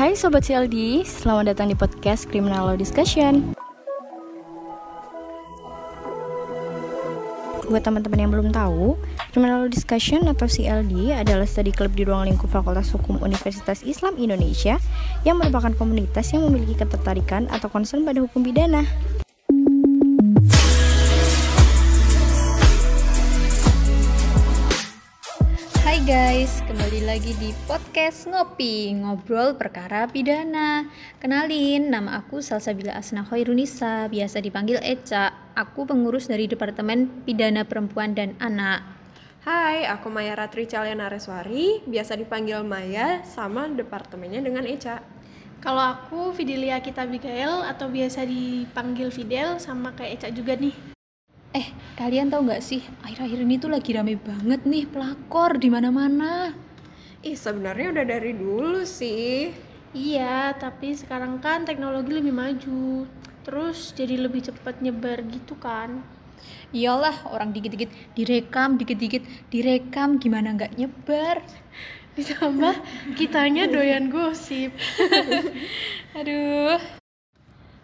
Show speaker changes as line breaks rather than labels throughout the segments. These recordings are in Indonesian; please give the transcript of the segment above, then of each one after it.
Hai Sobat CLD, selamat datang di podcast Criminal Law Discussion Buat teman-teman yang belum tahu, Criminal Law Discussion atau CLD adalah study club di ruang lingkup Fakultas Hukum Universitas Islam Indonesia yang merupakan komunitas yang memiliki ketertarikan atau concern pada hukum pidana.
Hai guys, kembali lagi di podcast Ngopi, ngobrol perkara pidana. Kenalin, nama aku Salsabila Asna Khairunisa, biasa dipanggil Eca. Aku pengurus dari Departemen Pidana Perempuan dan Anak.
Hai, aku Maya Ratri Calena Reswari, biasa dipanggil Maya, sama departemennya dengan Eca.
Kalau aku Fidelia Kitabigail atau biasa dipanggil Fidel sama kayak Eca juga nih.
Eh, kalian tahu nggak sih, akhir-akhir ini tuh lagi rame banget nih pelakor di mana-mana.
Ih, sebenarnya udah dari dulu sih.
Iya, tapi sekarang kan teknologi lebih maju. Terus jadi lebih cepat nyebar gitu kan.
Iyalah, orang dikit-dikit direkam, dikit-dikit direkam, gimana nggak nyebar?
Ditambah kitanya doyan gosip.
Aduh.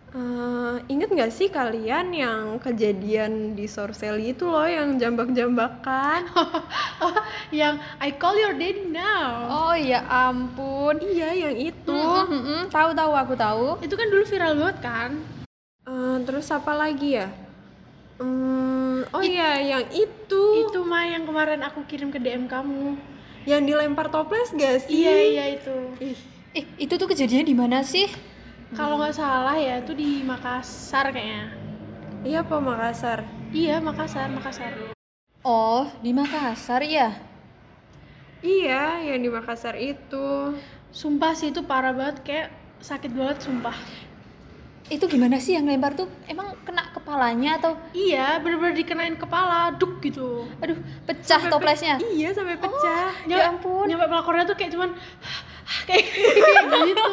Eh, ingat nggak sih kalian yang kejadian di Sorseli itu loh yang jambak-jambakan?
Yang I call your daddy now.
Oh ya ampun.
iya, yang itu.
Tahu-tahu aku tahu.
Itu kan dulu viral banget kan?
Eh, terus apa lagi ya? Hmm, oh iya, yang itu.
Itu mah yang kemarin aku kirim ke DM kamu.
Yang dilempar toples gak sih?
Iya, iya itu.
Ih,
Eh, itu tuh kejadiannya di mana sih?
Kalau nggak salah ya itu di Makassar kayaknya.
iya apa Makassar?
Iya, Makassar, Makassar.
Oh, di Makassar ya?
Iya, yang di Makassar itu.
Sumpah sih itu parah banget kayak sakit banget sumpah.
Itu gimana sih yang lempar tuh? Emang kena kepalanya atau
Iya, bener-bener dikenain kepala, duk gitu.
aduh, pecah toplesnya?
Iya, sampai pecah.
Ya ampun.
Nyampe pelakornya tuh kayak cuman kayak gitu.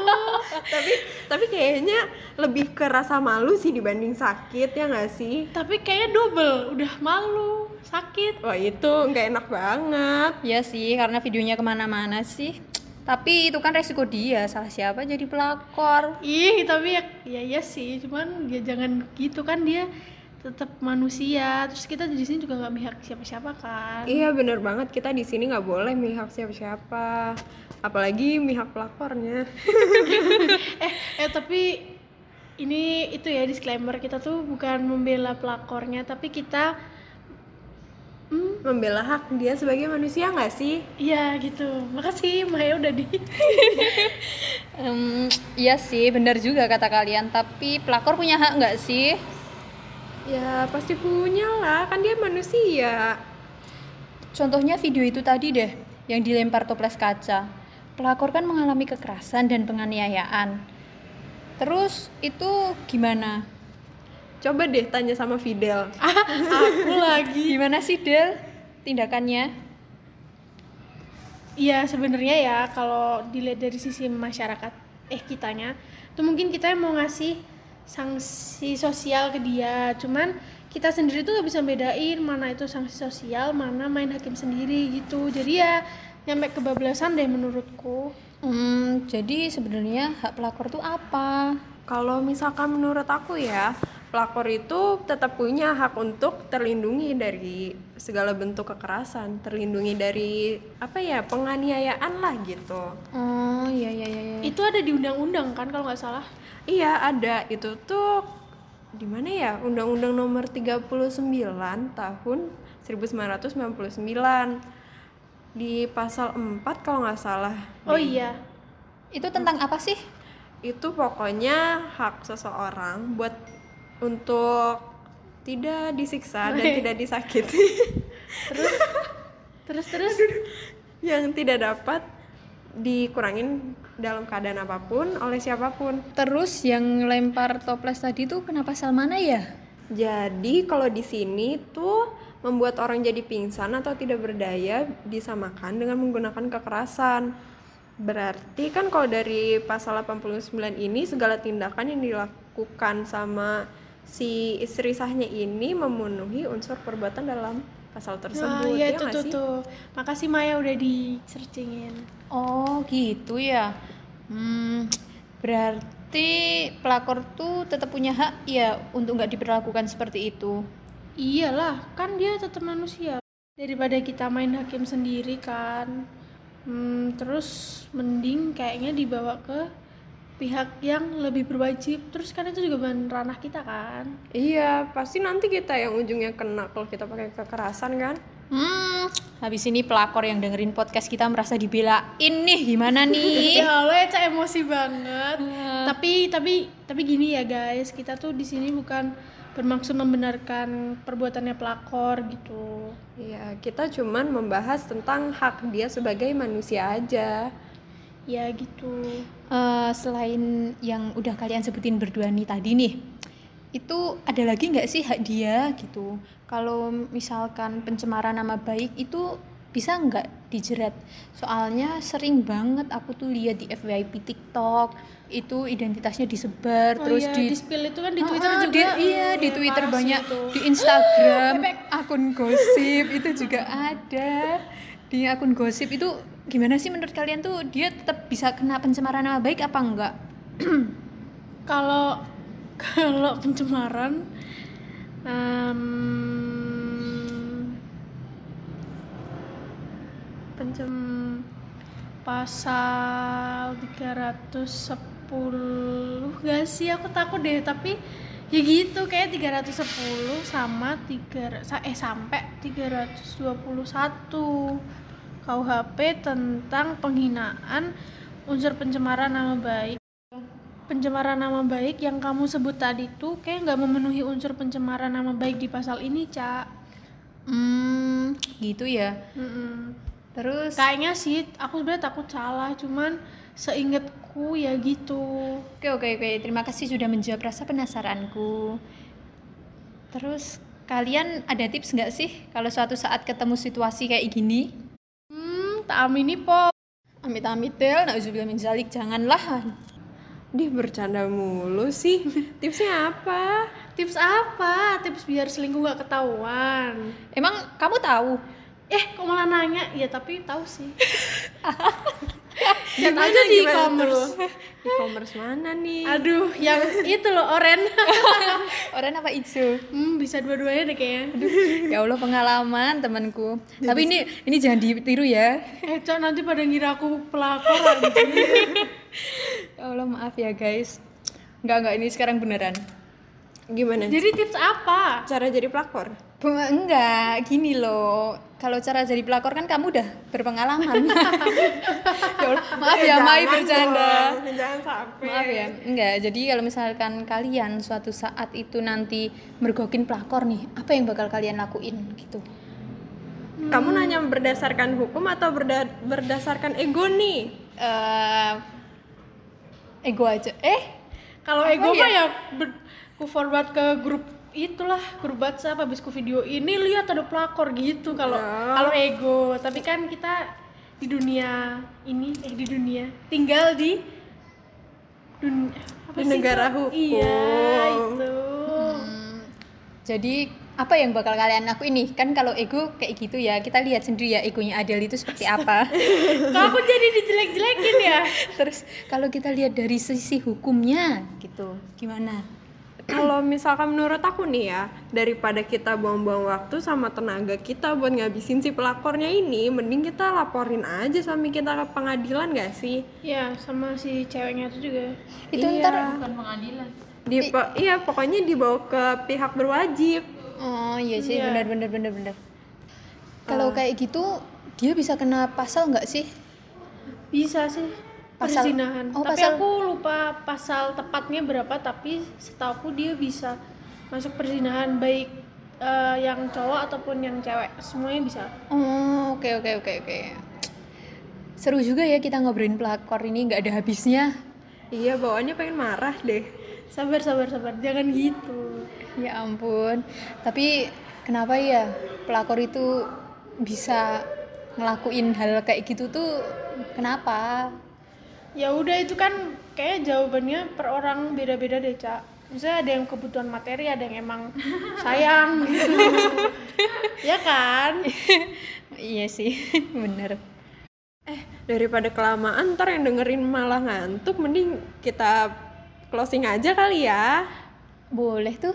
tapi tapi kayaknya lebih ke rasa malu sih dibanding sakit ya nggak sih
Tapi kayaknya double, udah malu, sakit.
wah itu nggak enak banget
Iya sih, karena videonya kemana-mana sih. Tapi itu kan resiko dia, salah siapa jadi pelakor.
Ih, tapi ya, ya iya sih, cuman ya jangan gitu kan dia tetap manusia. Terus kita di sini juga nggak mihak siapa-siapa kan.
iya bener banget kita di sini nggak boleh mihak siapa-siapa apalagi mihak pelakornya
eh, eh tapi ini itu ya disclaimer kita tuh bukan membela pelakornya, tapi kita hmm,
membela hak dia sebagai manusia nggak sih
Iya gitu, makasih Maya udah di
Em, iya sih, benar juga kata kalian. Tapi pelakor punya hak nggak sih?
ya pasti punya lah kan dia manusia
Contohnya video itu tadi deh, yang dilempar toples kaca. Pelakor kan mengalami kekerasan dan penganiayaan. Terus itu gimana?
coba deh tanya sama Fidel
aku lagi.
Gimana sih Del tindakannya?
Iya sebenarnya ya kalau dilihat dari sisi masyarakat eh kitanya, tuh mungkin kita yang mau ngasih sanksi sosial ke dia, cuman kita sendiri tuh nggak bisa bedain mana itu sanksi sosial, mana main hakim sendiri gitu. Jadi ya nyampe kebablasan deh menurutku.
Hmm, jadi sebenarnya hak pelakor tuh apa?
Kalau misalkan menurut aku ya, pelakor itu tetap punya hak untuk terlindungi dari segala bentuk kekerasan, terlindungi dari apa ya penganiayaan lah gitu.
Oh, iya iya iya.
Hmm.
iya.
Itu ada di undang-undang kan kalau nggak salah.
Iya ada itu tuh di mana ya Undang-Undang Nomor 39 tahun 1999 di pasal 4 kalau nggak salah
Oh iya.
Itu tentang apa sih?
itu pokoknya hak seseorang buat untuk tidak disiksa dan tidak disakiti
Terus terus
yang tidak dapat dikurangin dalam keadaan apapun oleh siapapun.
Terus yang lempar toples tadi tuh kenapa Salmana ya?
Jadi kalau di sini tuh membuat orang jadi pingsan atau tidak berdaya disamakan dengan menggunakan kekerasan. Berarti kan kalau dari pasal 89 ini segala tindakan yang dilakukan sama si istri sahnya ini memenuhi unsur perbuatan dalam pasal
Nah,
tersebut.
iya
ya
itu
nggak
tuh
sih?
tuh. Makasih Maya udah di searchingin.
Oh, gitu ya. Hmm, berarti pelakor tuh tetap punya hak ya untuk nggak diperlakukan seperti itu.
Iyalah, kan dia tetap manusia. Daripada kita main hakim sendiri kan. Hmm, terus mending kayaknya dibawa ke pihak yang lebih berwajib. Terus kan itu juga bukan ranah kita kan.
Iya, pasti nanti kita yang ujungnya kena kalau kita pakai kekerasan kan.
Hmm, habis ini pelakor yang dengerin podcast kita merasa dibelain nih gimana nih?
Ya Allah, Eca emosi banget.
Iya.
Tapi tapi tapi gini ya guys, kita tuh di sini bukan bermaksud membenarkan perbuatannya pelakor gitu.
Iya, kita cuman membahas tentang hak dia sebagai manusia aja.
Ya gitu.
Eh, selain yang udah kalian sebutin berdua nih tadi nih, itu ada lagi nggak sih hak dia gitu? Kalau misalkan pencemaran nama baik itu bisa nggak dijerat? Soalnya sering banget aku tuh lihat di FYP TikTok itu identitasnya disebar
Oh
terus
iya,
di,
spill itu kan di Twitter
Ah, ah,
juga.
di- iya di
Eh,
Twitter
parah sih
banyak
itu.
di Instagram akun gosip itu juga ada di akun gosip itu gimana sih menurut kalian tuh dia tetap bisa kena pencemaran nama baik apa enggak
Kalau kalau pencemaran em, pencem pasal 310 gak sih aku takut deh tapi ya gitu kayak 310 sama 3 sa- eh sampai 321 KUHP tentang penghinaan unsur pencemaran nama baik pencemaran nama baik yang kamu sebut tadi tuh kayak nggak memenuhi unsur pencemaran nama baik di pasal ini cak
hmm gitu ya
Mm-mm.
terus
Kayaknya sih aku sebenarnya takut salah, cuman seingetku ya gitu.
oke oke oke terima kasih sudah menjawab rasa penasaranku terus kalian ada tips nggak sih kalau suatu saat ketemu situasi kayak gini
Hmm, tak amini po.
amit-amit del nauzubillah min zalik janganlah
Dia bercanda mulu sih. Tipsnya apa?
Tips apa? Tips biar selingkuh gak ketahuan.
emang kamu tahu
Eh, kok malah nanya? Ya tapi tahu sih. Chat aja di
gimana
e-commerce.
tuh? E-commerce mana nih?
Aduh, yang itu loh oren.
orang apa itu
hmm, bisa dua-duanya deh kayaknya.
ya Allah pengalaman temanku tapi ini ini jangan ditiru ya
Eh, Cok, nanti pada ngira aku pelakor anjing.
ya Allah maaf ya guys nggak nggak ini sekarang beneran
Gimana?
Jadi tips apa?
Cara jadi pelakor?
Bu, enggak gini loh kalau cara jadi pelakor kan kamu udah berpengalaman ya Allah, maaf ya Mai
Jangan
bercanda
dong, Jangan sampai.
Maaf ya, enggak. Jadi kalau misalkan kalian suatu saat itu nanti mergokin pelakor nih, apa yang bakal kalian lakuin gitu?
Kamu nanya berdasarkan hukum atau berda- berdasarkan ego nih?
eh ego aja. Eh,
Kalau ego mah ya ber- ku forward ke grup itulah grup WhatsApp habis ku video ini lihat ada pelakor gitu kalau kalau ego tapi kan kita di dunia ini eh di dunia tinggal di dunia apa
Di
sih
negara
itu?
hukum.
iya itu
Jadi apa yang bakal kalian lakuin nih? Kan kalau ego kayak gitu ya, kita lihat sendiri ya egonya Adel itu seperti apa.
kalau aku jadi dijelek-jelekin ya
Terus kalau kita lihat dari sisi hukumnya gitu, gimana?
Kalau misalkan menurut aku nih ya, daripada kita buang-buang waktu sama tenaga kita buat ngabisin si pelakornya ini, mending kita laporin aja sama kita ke pengadilan gak sih?
ya sama si ceweknya itu juga
Itu
Iya.
ntar
Di, po- iya, pokoknya dibawa ke pihak berwajib.
Oh iya sih, benar benar benar benar. Kalau kayak gitu dia bisa kena pasal nggak sih?
bisa sih
Pasal-
perzinahan
oh,
tapi
pasal-
aku lupa pasal tepatnya berapa tapi setauku dia bisa masuk perzinahan baik eh, yang cowok ataupun yang cewek semuanya bisa
Oh, oke oke oke oke. Seru juga ya kita ngobrolin pelakor ini nggak ada habisnya.
Iya, bawaannya pengen marah deh.
sabar sabar sabar jangan gitu
Ya ampun. Tapi kenapa ya pelakor itu bisa ngelakuin hal kayak gitu tuh kenapa?
ya udah itu kan kayak jawabannya per orang beda-beda deh cak misalnya ada yang kebutuhan materi ada yang emang sayang gitu ya kan
iya sih, bener.
Eh, daripada kelamaan ntar yang dengerin malah ngantuk mending kita closing aja kali ya
Boleh tuh.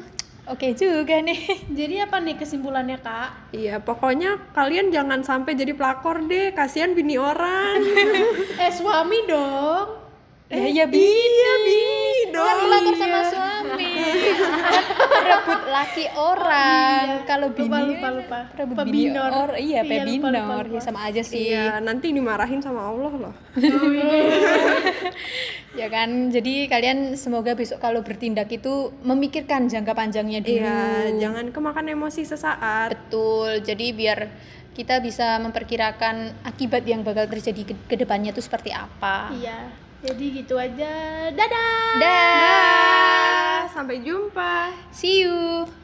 Oke juga nih.
Jadi apa nih kesimpulannya kak?
iya pokoknya kalian jangan sampai jadi pelakor deh kasihan bini orang
Eh suami dong.
ya ya bini iya bini dong
Pelakor sama suami. Rebut Iya. laki orang. Kalau bini
Iya. Lupa lupa lupa.
Rebut bini
Pebinor.
or, iya,
lupa,
pebinor.
lupa, lupa.
Ya, sama aja sih.
iya nanti dimarahin sama Allah loh
Ya kan. Jadi kalian semoga besok kalau bertindak itu memikirkan jangka panjangnya dulu.
iya jangan kemakan emosi sesaat
Betul. Jadi biar kita bisa memperkirakan akibat yang bakal terjadi ke, ke depannya itu seperti apa.
Iya. Jadi gitu aja. Dadah.
Dah.
sampai jumpa
See you.